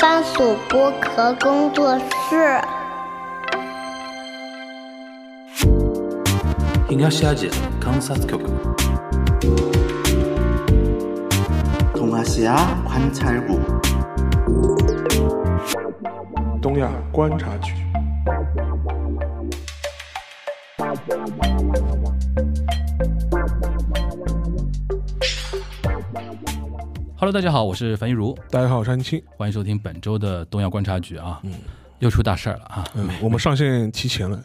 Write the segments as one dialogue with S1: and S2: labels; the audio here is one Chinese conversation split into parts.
S1: 番薯剥壳工作室。
S2: 東アジア観察局
S3: 동아시아 관찰국
S4: 东亚观察局。
S5: Hello，大家好，我是樊一茹，
S4: 大家好，我是安青。
S5: 欢迎收听本周的东亚观察局啊。嗯，又出大事儿 了啊！
S4: 嗯，我们上线提前 了，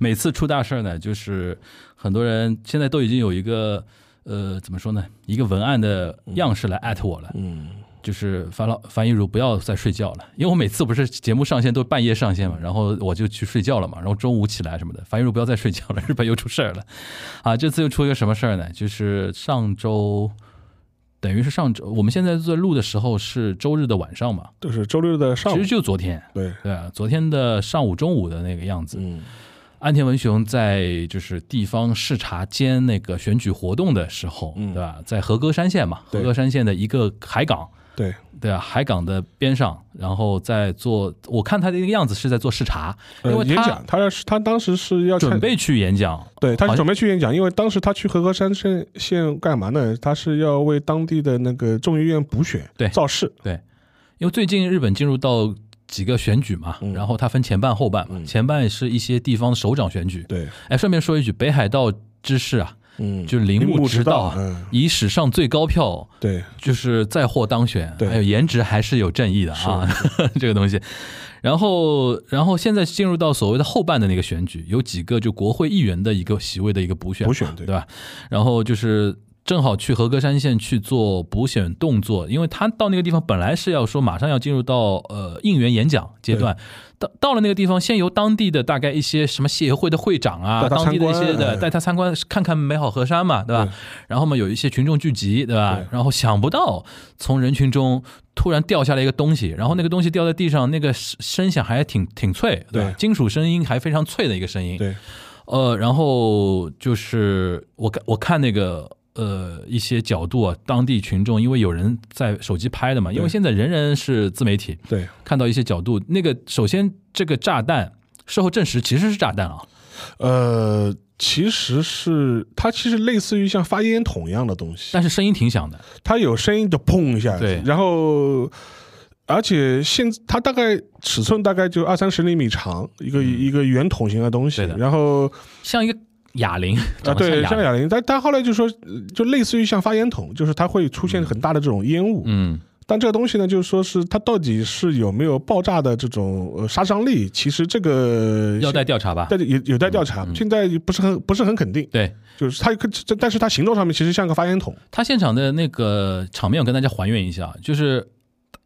S5: 每次出大事儿呢，就是很多人现在都已经有一个呃，怎么说呢，一个文案的样式来艾特我了。
S4: 嗯，
S5: 就是樊老樊一茹不要再睡觉了，因为我每次不是节目上线都半夜上线嘛，然后我就去睡觉了嘛，然后中午起来什么的，樊一茹不要再睡觉了， 日本又出事儿了，啊，这次又出一个什么事儿呢？就是上周，等于是上周，我们现在在录的时候是周日的晚上嘛，
S4: 就是周六的上
S5: 其
S4: 午
S5: 实。就昨天，
S4: 对，
S5: 对啊，昨天的上午、中午的那个样子，
S4: 嗯
S5: 安田文雄在就是地方视察兼那个选举活动的时候，对吧？在和歌山县嘛，
S4: 嗯对
S5: 和歌山县的一个海港，
S4: 对，
S5: 对啊，海港的边上，然后在做，我看他的那个样子是在做视察，因
S4: 呃
S5: 为
S4: 演
S5: 他
S4: 讲，他要是他当时是要
S5: 准
S4: 参，
S5: 备去演讲，
S4: 对，他
S5: 好
S4: 是
S5: 像
S4: 准备去演讲，因为当时他去和歌山县县干嘛呢？他是要为当地的那个众议院补选，
S5: 对
S4: 造势，
S5: 因为最近日本进入到。几个选举嘛，
S4: 嗯
S5: 然后它分前半后半嘛，前半是一些地方首长选举。
S4: 对，
S5: 哎，顺便说一句，北海道知事啊，
S4: 嗯，
S5: 就是铃木直道嗯啊，
S4: 嗯，
S5: 以史上最高票
S4: 对，
S5: 就是再获当选，
S4: 对
S5: 还有颜值还是有正义的啊， 这个东西。然后，然后现在进入到所谓的后半的那个选举，有几个就国会议员的一个席位的一个补选嘛，
S4: 补选对
S5: 对吧？然后就是正好去和歌山县去做补选动作，因为他到那个地方本来是要说马上要进入到呃应援演讲阶段，到到了那个地方，先由当地的大概一些什么协会的会长啊，
S4: 带他
S5: 当地的一
S4: 参观
S5: 些的
S4: 嗯
S5: 带哎他参观看看美好河山嘛，对吧？
S4: 对
S5: 然后嘛，有一些群众聚集，对吧
S4: 对？
S5: 然后想不到从人群中突然掉下来一个东西，然后那个东西掉在地上，那个声声响还挺挺脆，对吧？
S4: 对
S5: 金属声音还非常脆的一个声音。
S4: 对，
S5: 呃，然后就是我看我看那个呃一些角度啊，当地群众因为有人在手机拍的嘛，因为
S4: 对
S5: 现在人人是自媒体，
S4: 对，
S5: 看到一些角度，那个首先这个炸弹事后证实其实是炸弹啊，
S4: 呃，其实是它其实类似于像发烟筒一样的东西，
S5: 但是声音挺响的，
S4: 它有声音就砰一下，
S5: 对
S4: 然后而且现它大概尺寸大概就二三十厘米长，一个、一个圆筒形的东西，
S5: 嗯对的
S4: 然后
S5: 像一个哑铃，
S4: 啊
S5: 长得
S4: 对，
S5: 像
S4: 像
S5: 哑铃，
S4: 哑铃，但但后来就说呃就类似于像发烟筒，就是它会出现很大的这种烟雾，
S5: 嗯，
S4: 但这个东西呢，就是说是它到底是有没有爆炸的这种呃杀伤力，其实这个
S5: 要待调查嗯吧，
S4: 但有有待调查，现在不是很不是很肯定，
S5: 对。
S4: 就是它可这但是它行动上面其实像个发烟筒，
S5: 他现场的那个场面，我跟大家还原一下，就是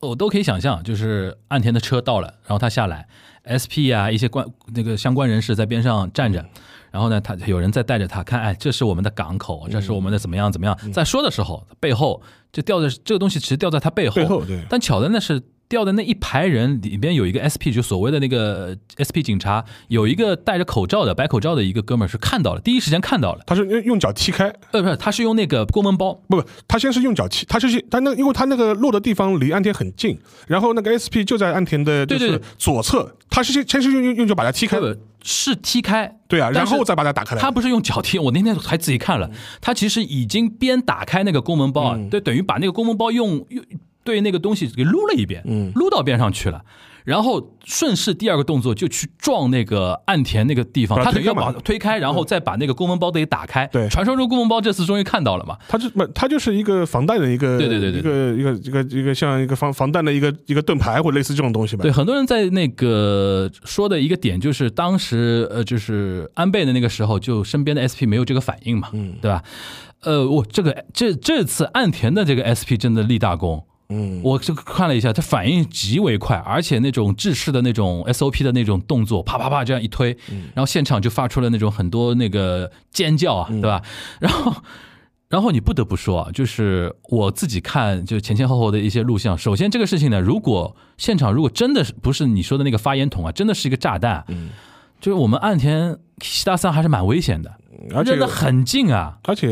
S5: 呃我都可以想象，就是岸田的车到了，然后他下来，SP 啊一些关那个相关人士在边上站
S4: 嗯
S5: 着，然后呢，他有人在带着他看，哎，这是我们的港口，这是我们的怎么样怎么样，
S4: 嗯
S5: 在说的时候，背后就掉在这个东西，其实掉在他背后，
S4: 背后对
S5: 但巧的呢是。掉的那一排人里边有一个 SP，就所谓的那个呃 SP 警察，有一个戴着口罩的白口罩的一个哥们儿是看到了，第一时间看到了，
S4: 它是用用脚踢开，
S5: 呃，不是，他是用那个公文包，
S4: 不不，他先是用脚踢，他就是他那，因为他那个落的地方离岸田很近，然后那个 SP 就在岸田的就
S5: 对
S4: 是
S5: 对
S4: 左侧，他是先先是用用用脚把它踢开
S5: 不，不是踢开，
S4: 对啊，
S5: 但
S4: 然
S5: 是
S4: 后再把它打开来。
S5: 他不是用脚踢，我那天还仔细看了，他其实已经边打开那个公文包啊，
S4: 嗯
S5: 对，等于把那个公文包用用对那个东西给撸了一遍，
S4: 嗯
S5: 撸到边上去了。然后顺势第二个动作就去撞那个岸田那个地方，
S4: 把它
S5: 他等于要
S4: 啊推开
S5: 把
S4: 嘛
S5: 推开，然后再把那个公文包得打开。
S4: 对
S5: 传说中公文包这次终于看到了嘛，
S4: 他就不，他就是一个防弹的一个，
S5: 对对对对
S4: 一个一个一个一个像一个防防弹的一个一个盾牌或类似这种东西吧。
S5: 对，很多人在那个说的一个点就是，当时呃，就是安倍的那个时候，就身边的 SP 没有这个反应嘛，嗯，对吧？呃，我这个这这次岸田的这个 SP 真的立大功。嗯，我这个看了一下，他反应极为快，而且那种制式的那种 SOP 的那种动作，啪啪啪这样一推，然后现场就发出了那种很多那个尖叫啊，对吧？然后然后你不得不说啊，就是我自己看，就前前后后的一些录像。首先，这个事情呢，如果现场如果真的是不是你说的那个发烟筒啊，真的是一个炸弹，嗯，就是我们岸田西大三还是蛮危险的，
S4: 而且
S5: 扔得很近啊，
S4: 而且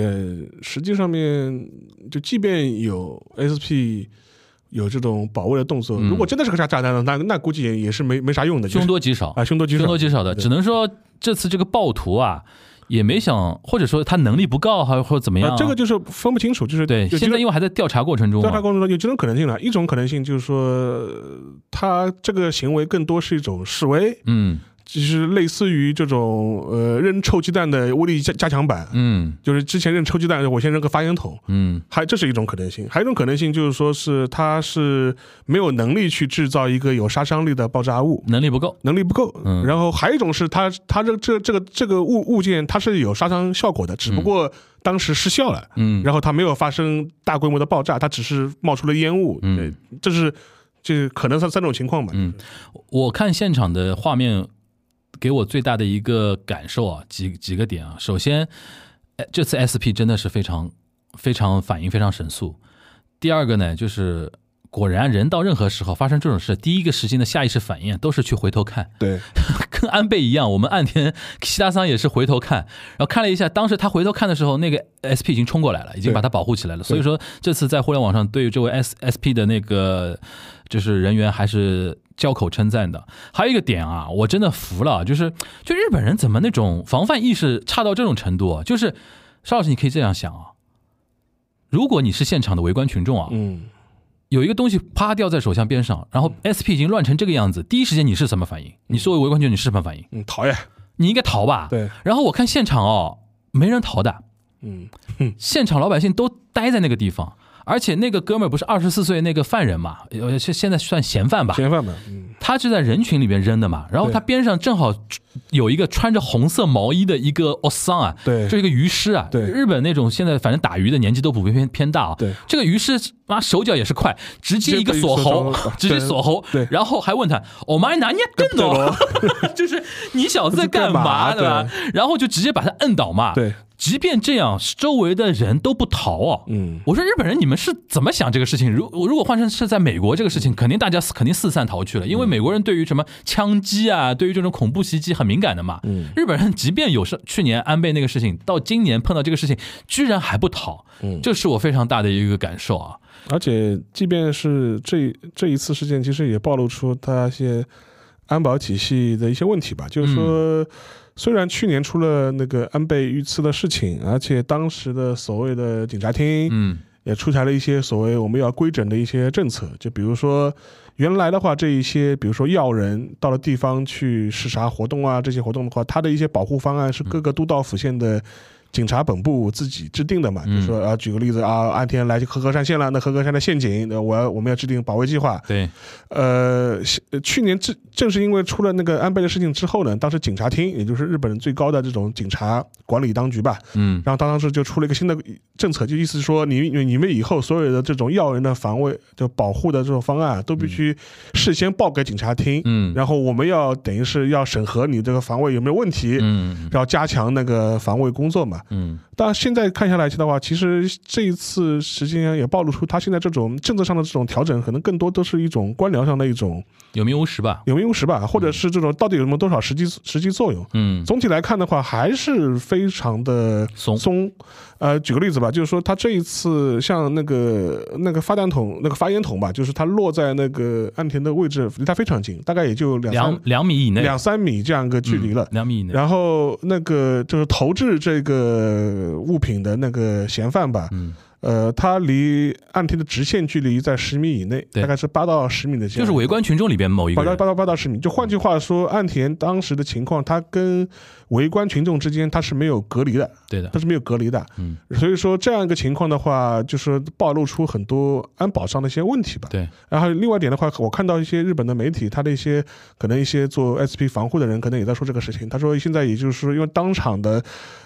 S4: 实际上面，就即便有 SP 有这种保卫的动作。如果真的是个炸炸弹呢，那那估计也也是没没啥用的，就是
S5: 嗯凶多吉少
S4: 啊，凶多吉少，
S5: 凶多吉少的，
S4: 对
S5: 只能说这次这个暴徒啊，也没想，或者说他能力不够，还或者怎么样、
S4: 啊，这个就是分不清楚，就是
S5: 对，
S4: 有几
S5: 现在
S4: 种
S5: 因为还在调查过程中
S4: 调查
S5: 嘛，
S4: 过程中有几种可能性了，一种可能性就是说，呃他这个行为更多是一种示威，
S5: 嗯
S4: 就是类似于这种呃扔臭鸡蛋的威力加加强版，
S5: 嗯
S4: 就是之前扔臭鸡蛋，我先扔个发烟筒。
S5: 嗯
S4: 还这是一种可能性，还有一种可能性就是说是他是没有能力去制造一个有杀伤力的爆炸物，
S5: 能力不够，
S4: 能力不够。
S5: 嗯
S4: 然后还有一种是他他这这这个这个物物件它是有杀伤效果的，只不过当时失效了，
S5: 嗯，
S4: 然后它没有发生大规模的爆炸，它只是冒出了烟雾。
S5: 嗯
S4: 对，这是这可能三三种情况吧。
S5: 嗯我看现场的画面，给我最大的一个感受啊，几几个点啊。首先，哎这次 SP 真的是非常非常反应非常神速。第二个呢，就是果然人到任何时候发生这种事，第一个时间的下意识反应啊都是去回头看，
S4: 对，
S5: 跟安倍一样，我们岸田西达桑也是回头看，然后看了一下，当时他回头看的时候，那个 SP 已经冲过来了，已经
S4: 对
S5: 把他保护起来了。所以说，这次在互联网上对于这位 S SP 的那个就是人员还是交口称赞的。还有一个点啊，我真的服了，就是就日本人怎么那种防范意识差到这种程度啊？就是邵老师，你可以这样想啊，如果你是现场的围观群众啊，
S4: 嗯，
S5: 有一个东西啪掉在手枪边上，然后 SP 已经乱成这个样子，第一时间你是什么反应？你作为围观群众你是什么反应？
S4: 嗯，讨厌。
S5: 你应该逃吧？。
S4: 对，
S5: 然后我看现场哦，没人逃的，
S4: 嗯，
S5: 现场老百姓都待在那个地方，而且那个哥们儿不是二十四岁那个犯人嘛，呃，现现在算嫌犯吧，
S4: 嫌犯吧。嗯，
S5: 他是在人群里面扔的嘛，然后
S4: 对
S5: 他边上正好有一个穿着红色毛衣的一个奥桑啊，
S4: 对
S5: 就一个鱼师啊，
S4: 对
S5: 日本那种现在反正打鱼的年纪都普遍偏偏大啊，
S4: 对
S5: 这个鱼师妈手脚也是快，直接一个
S4: 直接
S5: 锁喉
S4: 一个锁喉，
S5: 直接
S4: 对
S5: 锁喉，
S4: 对
S5: 然后还问他，我妈拿捏更多， 就是你小子在干 嘛
S4: 这干嘛
S5: 吧？然后就直接把他摁倒嘛，
S4: 对，
S5: 即便这样，周围的人都不逃哦。
S4: 嗯，
S5: 我说日本人，你们是怎么想这个事情？如如果换成是在美国，这个事情肯定大家肯定四散逃去了，因为美国人对于什么枪击啊，对于这种恐怖袭击很敏感的嘛。
S4: 嗯
S5: 日本人即便有是去年安倍那个事情，到今年碰到这个事情，居然还不逃，
S4: 嗯
S5: 这是我非常大的一个感受啊。
S4: 而且即便是这这一次事件，其实也暴露出他一些安保体系的一些问题吧。就是说，嗯虽然去年出了那个安倍遇刺的事情，而且当时的所谓的警察厅
S5: 嗯
S4: 也出台了一些所谓我们要规整的一些政策，就比如说。原来的话，这一些比如说要人到了地方去视察活动啊，这些活动的话，它的一些保护方案是各个都道府县的警察本部自己制定的嘛。
S5: 嗯
S4: 就说啊，举个例子啊，安田来合格山县了，那合格山的陷阱，那我要我们要制定保卫计划。
S5: 对，
S4: 呃，是呃去年正正是因为出了那个安倍的事情之后呢，当时警察厅，也就是日本最高的这种警察管理当局吧，
S5: 嗯
S4: 然后他当时就出了一个新的政策，就意思说你你你们以后所有的这种要人的防卫就保护的这种方案啊都必须事先报给警察厅，
S5: 嗯
S4: 然后我们要等于是要审核你这个防卫有没有问题，
S5: 嗯
S4: 然后加强那个防卫工作嘛。
S5: 嗯
S4: 但现在看下来的话，其实这一次实际上也暴露出他现在这种政策上的这种调整，可能更多都是一种官僚上的一种
S5: 有名无实吧？
S4: 有名无实吧，或者是这种到底有没有多少实际实际作用。
S5: 嗯
S4: 总体来看的话，还是非常的
S5: 怂
S4: 松。呃，举个例子吧，就是说他这一次像那个那个发弹筒、那个发烟筒吧，就是它落在那个岸田的位置，离他非常近，大概也就两
S5: 两
S4: 三
S5: 两米以内，
S4: 两三米这样一个距离了。
S5: 嗯两米以内。
S4: 然后那个就是投掷这个物品的那个嫌犯吧，
S5: 嗯
S4: 呃，他离岸田的直线距离在十米以内，
S5: 对
S4: 大概是八到十米的这
S5: 就
S4: 样
S5: 是围观群众里边某一个
S4: 八到
S5: 人，
S4: 八到八到十米，就换句话说，岸田当时的情况，他跟围观群众之间他是没有隔离的，
S5: 对的
S4: 他，是没有隔离的。
S5: 嗯，
S4: 所以说这样一个情况的话，就是暴露出很多安保上的一些问题吧。
S5: 对，
S4: 然后另外一点的话，我看到一些日本的媒体，他的一些可能一些做 SP 防护的人，可能也在说这个事情。他说现在也就是说因为当场的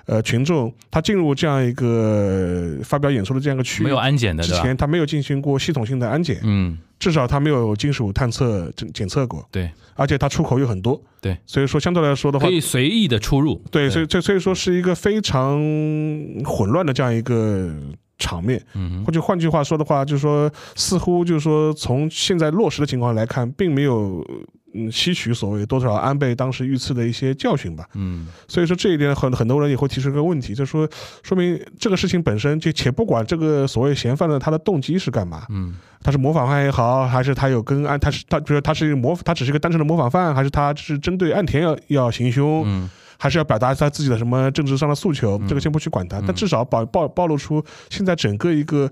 S4: 呃群众，他进入这样一个呃发表演说的这样一个区域
S5: 没有安检的，
S4: 之
S5: 对吧？
S4: 前，他没有进行过系统性的安检，
S5: 嗯，
S4: 至少他没有金属探测检检测过。
S5: 对，
S4: 而且它出口又很多，
S5: 对，
S4: 所以说相对来说的话
S5: 可，以随意的出入，
S4: 对，所以这所以说是一个非常混乱的这样一个场面。
S5: 嗯
S4: 或者换句话说的话，就是说似乎就是说从现在落实的情况来看，并没有。嗯，吸取所谓多少安倍当时遇刺的一些教训吧，
S5: 嗯
S4: 所以说这一点很很多人也会提出一个问题，就说说明这个事情本身就且不管这个所谓嫌犯的他的动机是干嘛，
S5: 嗯
S4: 他是模仿犯也好，还是他有跟安，他是他，比如说他是一个模，他只是一个单纯的模仿犯，还是他是针对岸田要要行凶，
S5: 嗯
S4: 还是要表达他自己的什么政治上的诉求，这个先不去管
S5: 嗯
S4: 他，但至少暴暴暴露出现在整个一个。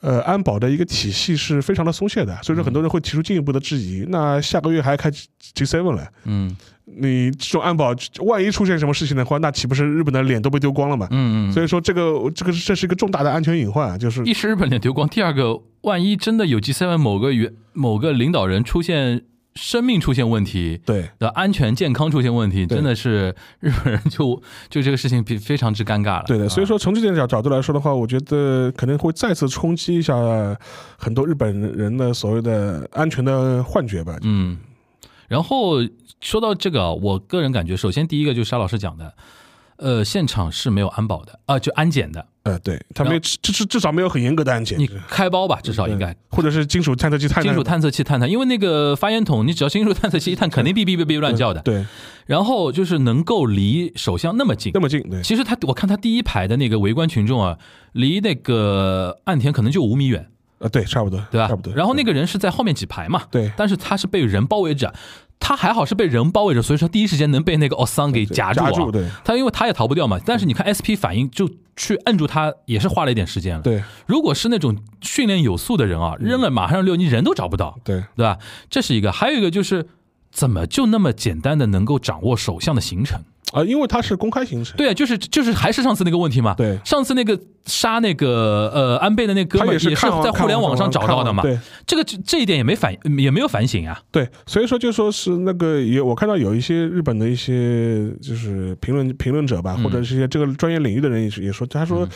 S4: 呃，安保的一个体系是非常的松懈的，
S5: 嗯
S4: 所以说很多人会提出进一步的质疑。那下个月还开 G seven 了，
S5: 嗯
S4: 你这种安保万一出现什么事情的话，那岂不是日本的脸都被丢光了嘛？
S5: 嗯嗯，
S4: 所以说这个这个这是一个重大的安全隐患，就是
S5: 一是日本脸丢 光，第二个，万一真的有 G7 某个原某个领导人出现生命出现问题
S4: 对
S5: 的安全健康出现问题，
S4: 对
S5: 真的是日本人就 就这个事情非非常之尴尬了。啊
S4: 对的。所以说从这点角角度来说的话，我觉得可能会再次冲击一下很多日本人的所谓的安全的幻觉吧。
S5: 嗯，然后说到这个啊，我个人感觉，首先第一个就是沙老师讲的，呃，现场是没有安保的啊、就安检的，
S4: 呃，对他没有至至至少没有很严格的安检
S5: 你，开包吧，至嗯少应该。
S4: 或者是金属探测器探
S5: 金属探测器探探，因为那个发烟筒，你只要金属探测器一探，肯定哔哔哔哔乱叫的。
S4: 对，
S5: 然后就是能够离首相那么近
S4: 那，么近，对
S5: 其实他我看他第一排的那个围观群众啊，离那个岸田可能就五米远，
S4: 呃，对，差不多，
S5: 对吧？
S4: 差不多。
S5: 然后那
S4: 个
S5: 个人是在后面几排嘛，
S4: 对
S5: 但是他是被人包围着，他还好是被人包围着，所以说第一时间能被那个奥桑给夹住、
S4: 夹
S5: 啊。
S4: 住，对
S5: 他因为他也逃不掉嘛，但是你看 SP 反应就去摁住他，也是花了一点时间了。，
S4: 对嗯
S5: 如果是那种训练有素的人啊，扔了马上溜，你人都找不到，
S4: 对
S5: 对吧？这是一个，还有一个就是怎么就那么简单的能够掌握首相的行程？
S4: 啊，因为它是公开行程，
S5: 对啊，就是就是还是上次那个问题嘛。
S4: 对
S5: 上次那个杀那个呃安倍的那哥
S4: 他
S5: 们儿
S4: 是
S5: 也是
S4: 看完
S5: 在互联网上找到的嘛。
S4: 看完啊对。
S5: 这个这这一点也没反也没有反省啊。
S4: 对，所以说就说是那个也，我看到有一些日本的一些就是评论评论者吧，或
S5: 嗯
S4: 者是一些这个专业领域的人也是也说，他说，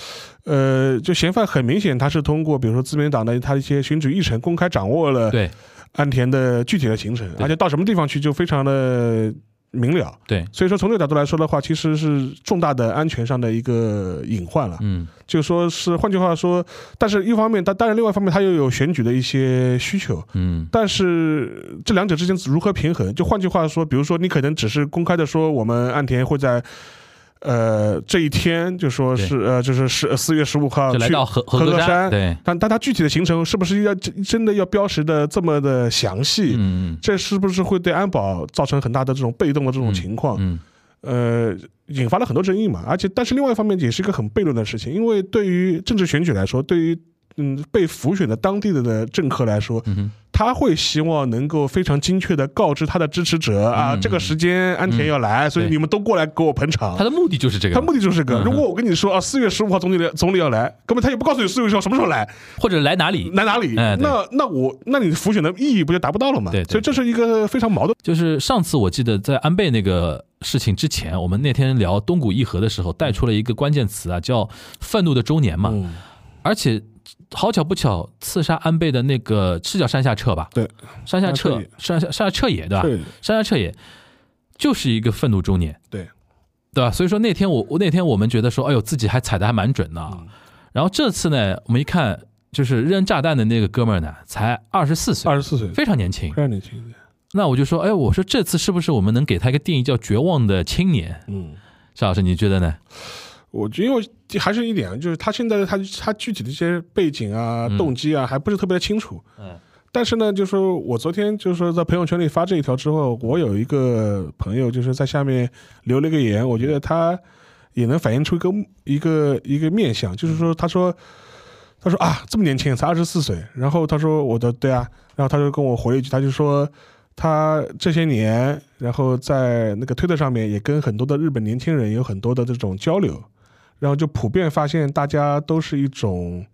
S5: 嗯
S4: 呃，就嫌犯很明显他是通过比如说自民党的他一些选举议程公开掌握了
S5: 对
S4: 安田的具体的行程，
S5: 对
S4: 而且到什么地方去就非常的明了。
S5: 对，
S4: 所以说从这个角度来说的话，其实是重大的安全上的一个隐患了。
S5: 嗯
S4: 就说是换句话说，但是一方面，他当然另外一方面他又有选举的一些需求，
S5: 嗯
S4: 但是这两者之间如何平衡？就换句话说，比如说你可能只是公开的说，我们岸田会在呃这一天，就说是呃就是十四月十五号
S5: 就来
S4: 啊去
S5: 到和
S4: 合
S5: 歌
S4: 歌山
S5: 对，
S4: 但但它具体的行程是不是要真真的要标识的这么的详细？
S5: 嗯
S4: 这是不是会对安保造成很大的这种被动的这种情况？
S5: 嗯
S4: 呃，引发了很多争议嘛。而且，但是另外一方面也是一个很悖论的事情，因为对于政治选举来说，对于嗯被浮选的当地的的政客来说，
S5: 嗯
S4: 他会希望能够非常精确的告知他的支持者啊，
S5: 嗯
S4: 这个时间安田要来，所以
S5: 对
S4: 你们都过来给我捧场
S5: 嗯，他。的目的就是这
S4: 啊
S5: 个
S4: 他
S5: 嘛，
S4: 目的就是这个。
S5: 嗯
S4: 如果我跟你说啊，四月十五号总理来总理要来，根本他也不告诉你四月十五号什么时候来，
S5: 或者来哪里，
S4: 来哪里。
S5: 嗯哎对
S4: 那那我那你浮选的意义不就达不到了嘛？
S5: 对对
S4: 所以这是一个非常矛盾。
S5: 就是上次我记得在安倍那个事情之前，我们那天聊东谷义和的时候，带出了一个关键词啊，叫“愤怒的周年”嘛。
S4: 嗯
S5: 而且好巧不巧，刺杀安倍的那个是叫山下彻吧？
S4: 对，
S5: 山下彻，山下山下彻也对吧？山下彻也就是一个愤怒周年，
S4: 对
S5: 对吧？所以说那天我我那天我们觉得说，哎呦，自己还踩的还蛮准的、啊。然后这次呢，我们一看，就是扔炸弹的那个哥们儿呢，才二十四岁，
S4: 十四岁，
S5: 非常年轻。
S4: 常年轻。
S5: 那我就说，哎，我说这次是不是我们能给他一个定义叫绝望的青年？
S4: 嗯。
S5: 邵老师，你觉得呢？
S4: 我觉得因为还是一点，就是他现在的他他具体的一些背景啊、
S5: 嗯
S4: 动机啊，还不是特别清楚。
S5: 嗯。
S4: 但是呢，就是说我昨天就是说在朋友圈里发这一条之后，我有一个朋友就是在下面留了一个言，我觉得他也能反映出一个一个一个面相，就是说他说他说啊这么年轻才二十四岁，然后他说我的对啊，然后他就跟我回了一句，他就说他这些年，然后在那个推特上面也跟很多的日本年轻人有很多的这种交流，然后就普遍发现大家都是一种，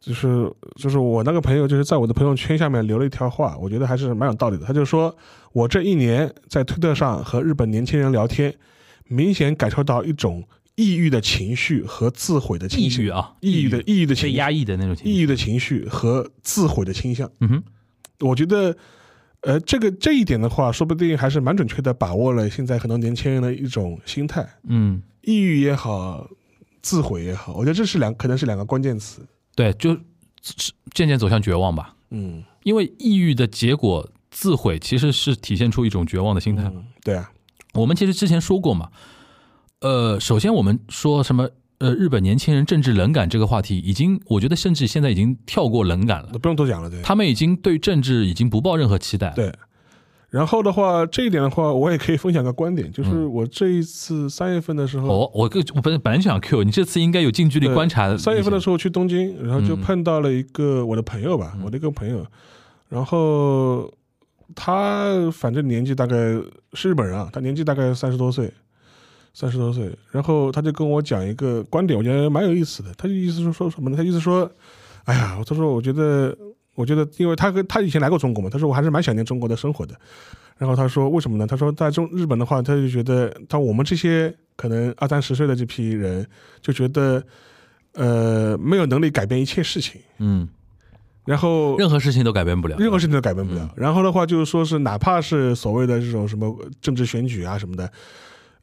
S4: 就是就是我那个朋友就是在我的朋友圈下面留了一条话，我觉得还是蛮有道理的。他就说我这一年在推特上和日本年轻人聊天，明显感受到一种抑郁的情绪和自毁的
S5: 抑
S4: 情绪
S5: 郁，啊，
S4: 抑郁的抑郁的情
S5: 被
S4: 绪
S5: 压抑的那种情绪。
S4: 抑郁的情绪和自毁的倾向。
S5: 嗯哼，
S4: 我觉得，呃，这个这一点的话，说不定还是蛮准确的把握了现在很多年轻人的一种心态，
S5: 嗯。
S4: 抑郁也好，自毁也好，我觉得这是两可能是两个关键词。
S5: 对，就是渐渐走向绝望吧。
S4: 嗯，
S5: 因为抑郁的结果，自毁其实是体现出一种绝望的心
S4: 嗯
S5: 态。
S4: 嗯对啊，
S5: 我们其实之前说过嘛，呃，首先我们说什么呃日本年轻人政治冷感这个话题，已经我觉得甚至现在已经跳过冷感了
S4: 那，不用多讲了，对
S5: 他们已经对政治已经不抱任何期待了。
S4: 对。然后的话，这一点的话，我也可以分享个观点，就是我这一次三月份的时候，
S5: 嗯哦，我个我本本来就想 Q 你，这次应该有近距离观察。
S4: 三月份的时候去东京，然后就碰到了一个我的朋友吧，我的一个朋友，然后他反正年纪大概是日本人啊，他年纪大概三十多岁，三十多岁，然后他就跟我讲一个观点，我觉得蛮有意思的。他就意思是说什么呢？他意思说，哎呀，他说我觉得，我觉得，因为他跟他以前来过中国嘛，他说我还是蛮想念中国的生活的。然后他说为什么呢？他说在中日本的话，他就觉得，他我们这些可能二三十岁的这批人就觉得，呃，没有能力改变一切事情，
S5: 嗯，
S4: 然后
S5: 任何嗯事情都改变不了。
S4: 任何事情都改变不了。然后的话就是说是，哪怕是所谓的这种什么政治选举啊什么的，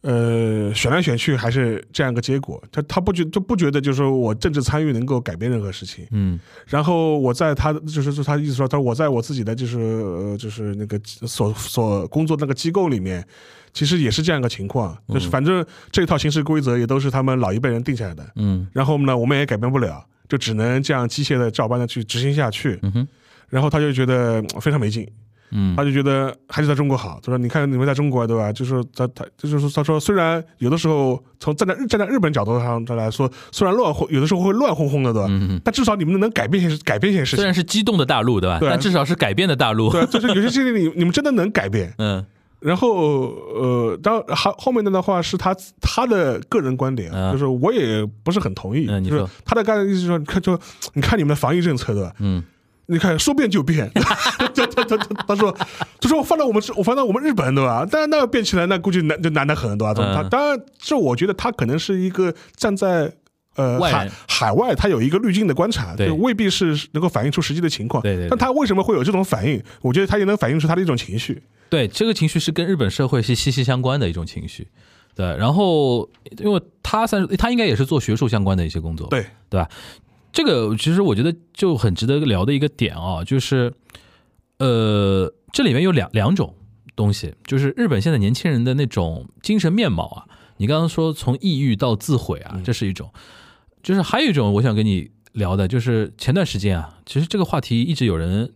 S4: 呃，选来选去还是这样一个结果。他他不觉就不觉得就是说我政治参与能够改变任何事情。
S5: 嗯
S4: 然后我在他就是说他意思说，他说我在我自己的就是呃就是那个所所工作那个机构里面，其实也是这样一个情况，
S5: 嗯
S4: 就是反正这套行事规则也都是他们老一辈人定下来的。
S5: 嗯
S4: 然后呢，我们也改变不了，就只能这样机械的照搬的去执行下去。
S5: 嗯哼
S4: 然后他就觉得嗯非常没劲，
S5: 嗯
S4: 他就觉得还是在中国好。他说：“你看你们在中国对吧？就是他他就是说他说，虽然有的时候从站在日站在日本角度上来说，虽然乱哄，有的时候会乱哄哄的对吧？
S5: 嗯，
S4: 但至少你们能改变一些改变一些事
S5: 虽
S4: 情。
S5: 然是激动的大陆，对吧？
S4: 对
S5: 但至少是改变的大陆。
S4: 对，就是有些事情你你们真的能改变。
S5: 嗯
S4: 然后呃，当后后面的的话是他他的个人观点，
S5: 嗯
S4: 就是我也不是很同意。
S5: 嗯你
S4: 就是
S5: 说
S4: 他的概念意思是说，你看就你看你们的防疫政策对吧？
S5: 嗯
S4: 你看说变就变， 他他他他他说，他说放到我们我放到我们日本对吧？但那变起来那估计难就难得很对吧？
S5: 嗯
S4: 他当然这我觉得他可能是一个站在。呃，
S5: 外人
S4: 海海外他有一个滤镜的观察，
S5: 对
S4: 就未必是能够反映出实际的情况。
S5: 对对对
S4: 但他为什么会有这种反应？我觉得他也能反映出他的一种情绪。
S5: 对，这个情绪是跟日本社会是息息相关的一种情绪。对，然后因为他算是他应该也是做学术相关的一些工作，
S4: 对，
S5: 对吧？这个其实我觉得就很值得聊的一个点啊，就是呃，这里面有两两种东西，就是日本现在年轻人的那种精神面貌啊。你刚刚说从抑郁到自毁啊，这是一种，就是还有一种我想跟你聊的，就是前段时间啊，其实这个话题一直有人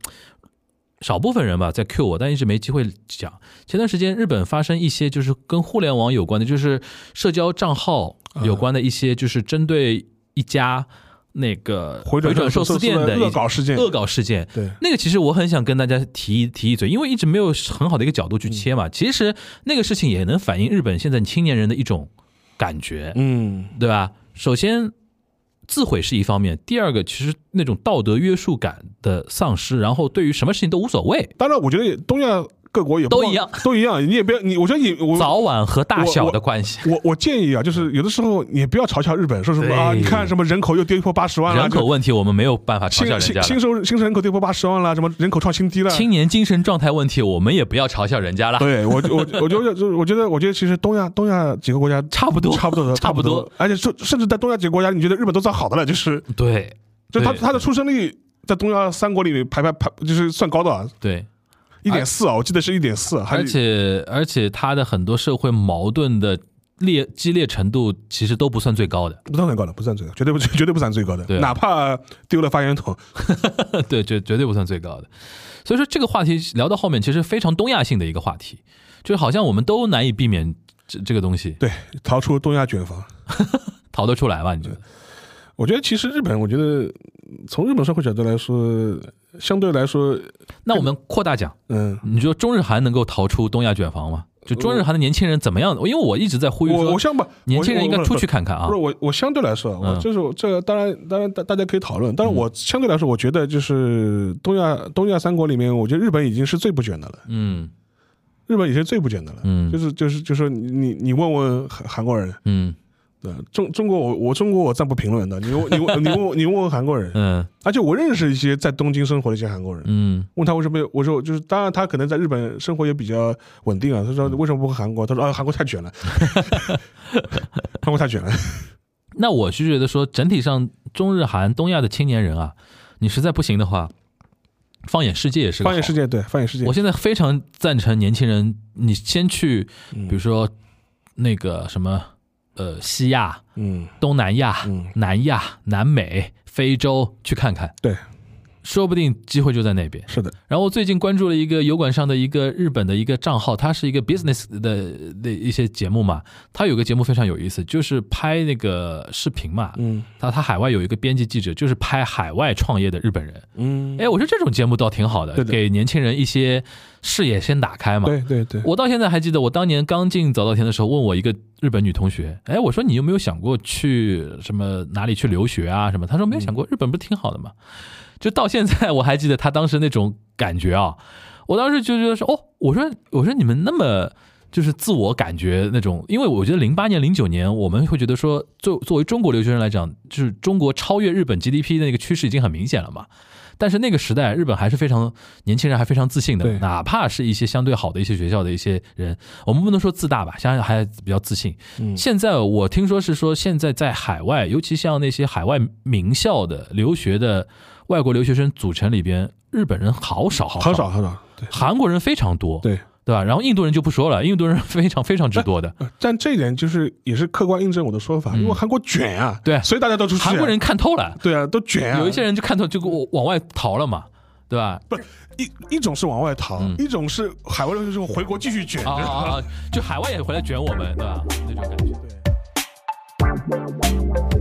S5: 少部分人吧在 Q 我，但一直没机会讲。前段时间日本发生一些就是跟互联网有关的，就是社交账号有关的一些，就是针对一家那个
S4: 回转
S5: 转寿
S4: 寿
S5: 司
S4: 司
S5: 店的
S4: 的
S5: 一
S4: 恶搞事件
S5: 恶搞事件。
S4: 对，
S5: 那个其实我很想跟大家提一提一嘴，因为一直没有很好的一个角
S4: 嗯
S5: 度去切嘛。其实那个事情也能反映日本现在青年人的一种感觉，
S4: 嗯，
S5: 对吧？首先，自毁是一方面；第二个，其实那种道德约束感的丧失，然后对于什么事情都无所谓，
S4: 当然，我觉得东亚各国也不
S5: 都一样，
S4: 都一样。你也不要你，我觉得你我
S5: 早晚和大小的关系。
S4: 我我建议啊，就是有的时候你也不要嘲笑日本，说什么
S5: 对
S4: 啊，你看什么人口又跌破八十万了，
S5: 人口问题我们没有办法嘲
S4: 新
S5: 笑人
S4: 新
S5: 家
S4: 新
S5: 了，
S4: 收新收人口跌破八十万了，什么人口创新低了。
S5: 青年精神状态问题我们也不要嘲笑人家了。
S4: 对我我我觉得就是我觉得我觉得其实东亚东亚几个国家
S5: 差不多
S4: 差不多的
S5: 差不多，
S4: 而且甚甚至在东亚几个国家，你觉得日本都算好的了，就是
S5: 对，
S4: 就它
S5: 对
S4: 它的出生率在东亚三国里面排排排就是算高的啊，
S5: 对。
S4: 一点四啊，我记得是一点四，还
S5: 而
S4: 是
S5: 且而且他的很多社会矛盾的烈激烈程度其实都不算最高的，
S4: 不算最高的，不算最高，绝对不 绝对不算最高的
S5: 对，啊
S4: 哪怕丢了发言筒，
S5: 对，绝绝对不算最高的。所以说这个话题聊到后面，其实非常东亚性的一个话题，就是好像我们都难以避免这这个东西
S4: 对，逃出东亚卷房。
S5: 逃得出来吧？你觉
S4: 呃
S5: 得？
S4: 我觉得其实日本，我觉得从日本社会角度来说，相对来说，
S5: 那我们扩大讲，
S4: 嗯，
S5: 你说中日韩能够逃出东亚卷房吗？就中日韩的年轻人怎么样？因为我一直在呼吁
S4: 我
S5: 说
S4: 我，相不
S5: 年轻人
S4: 我
S5: 应该出去看看
S4: 不
S5: 啊
S4: 是。我，我相对来说，我
S5: 嗯
S4: 就是我这个当然当然大大家可以讨论，但是我相对来说，我觉得就是东亚东亚三国里面，我觉得日本已经是最不卷的了，
S5: 嗯
S4: 日本已经是最不卷的了，
S5: 嗯
S4: 就是就是就是你你你问问韩韩国人，
S5: 嗯
S4: 对呃中中国我我中国我暂不评论的，你问你问你问我你问问韩国人，
S5: 嗯
S4: 而且我认识一些在东京生活的一些韩国人，
S5: 嗯
S4: 问他为什么有，我说就是当然他可能在日本生活也比较稳定啊。他
S5: 嗯
S4: 说为什么不回韩国？他说啊韩国太卷 了，韩国太卷了。
S5: 那我是觉得说，整体上中日韩东亚的青年人啊，你实在不行的话，放眼世界也是个
S4: 放眼
S5: 好
S4: 世界，对放眼世界
S5: 我，现在非常
S4: 嗯
S5: 赞成年轻人，你先去，比如说那个什么呃西亚、
S4: 嗯，
S5: 东南亚、
S4: 嗯
S5: 南亚、南美、非洲去看看，
S4: 对，
S5: 说不定机会就在那边。
S4: 是的，
S5: 然后我最近关注了一个油管上的一个日本的一个账号，它是一个 business 的的一些节目嘛，它有个节目非常有意思，就是拍那个视频嘛，
S4: 嗯
S5: 它它海外有一个编辑记者，就是拍海外创业的日本人，
S4: 嗯，
S5: 哎，我觉得这种节目倒挺好的，
S4: 对的
S5: 给年轻人一些视野先打开嘛。
S4: 对对对，
S5: 嗯我到现在还记得，我当年刚进早稻田的时候，问我一个日本女同学，哎，我说你有没有想过去什么哪里去留学啊什么？她说没有想过，日本不是挺好的吗？就到现在我还记得她当时那种感觉啊，我当时就觉得说，哦，我说我说你们那么。就是自我感觉那种，因为我觉得零八年、零九年，我们会觉得说，作作为中国留学生来讲，就是中国超越日本 GDP 的那个趋势已经很明显了嘛。但是那个时代，日本还是非常年轻人还非常自信的
S4: 对，
S5: 哪怕是一些相对好的一些学校的一些人，我们不能说自大吧，想想还比较自信。
S4: 嗯
S5: 现在我听说是说，现在在海外，尤其像那些海外名校的留学的外国留学生组成里边，日本人好少好
S4: 很少很少，对
S5: 韩国人非常多，
S4: 对。
S5: 对吧？然后印度人就不说了，印度人非常非常之多的，
S4: 呃但这一点就是也是客观印证我的说法，因为韩国卷啊，
S5: 嗯对
S4: 所以大家都出去啊。
S5: 韩国人看透了，
S4: 对啊，都卷啊。
S5: 有一些人就看透就往往外逃了嘛，对吧？
S4: 不一一种是往外逃，一种是海外留学生回国继续卷。
S5: 嗯啊啊啊！就海外也回来卷我们，对吧？那种感觉。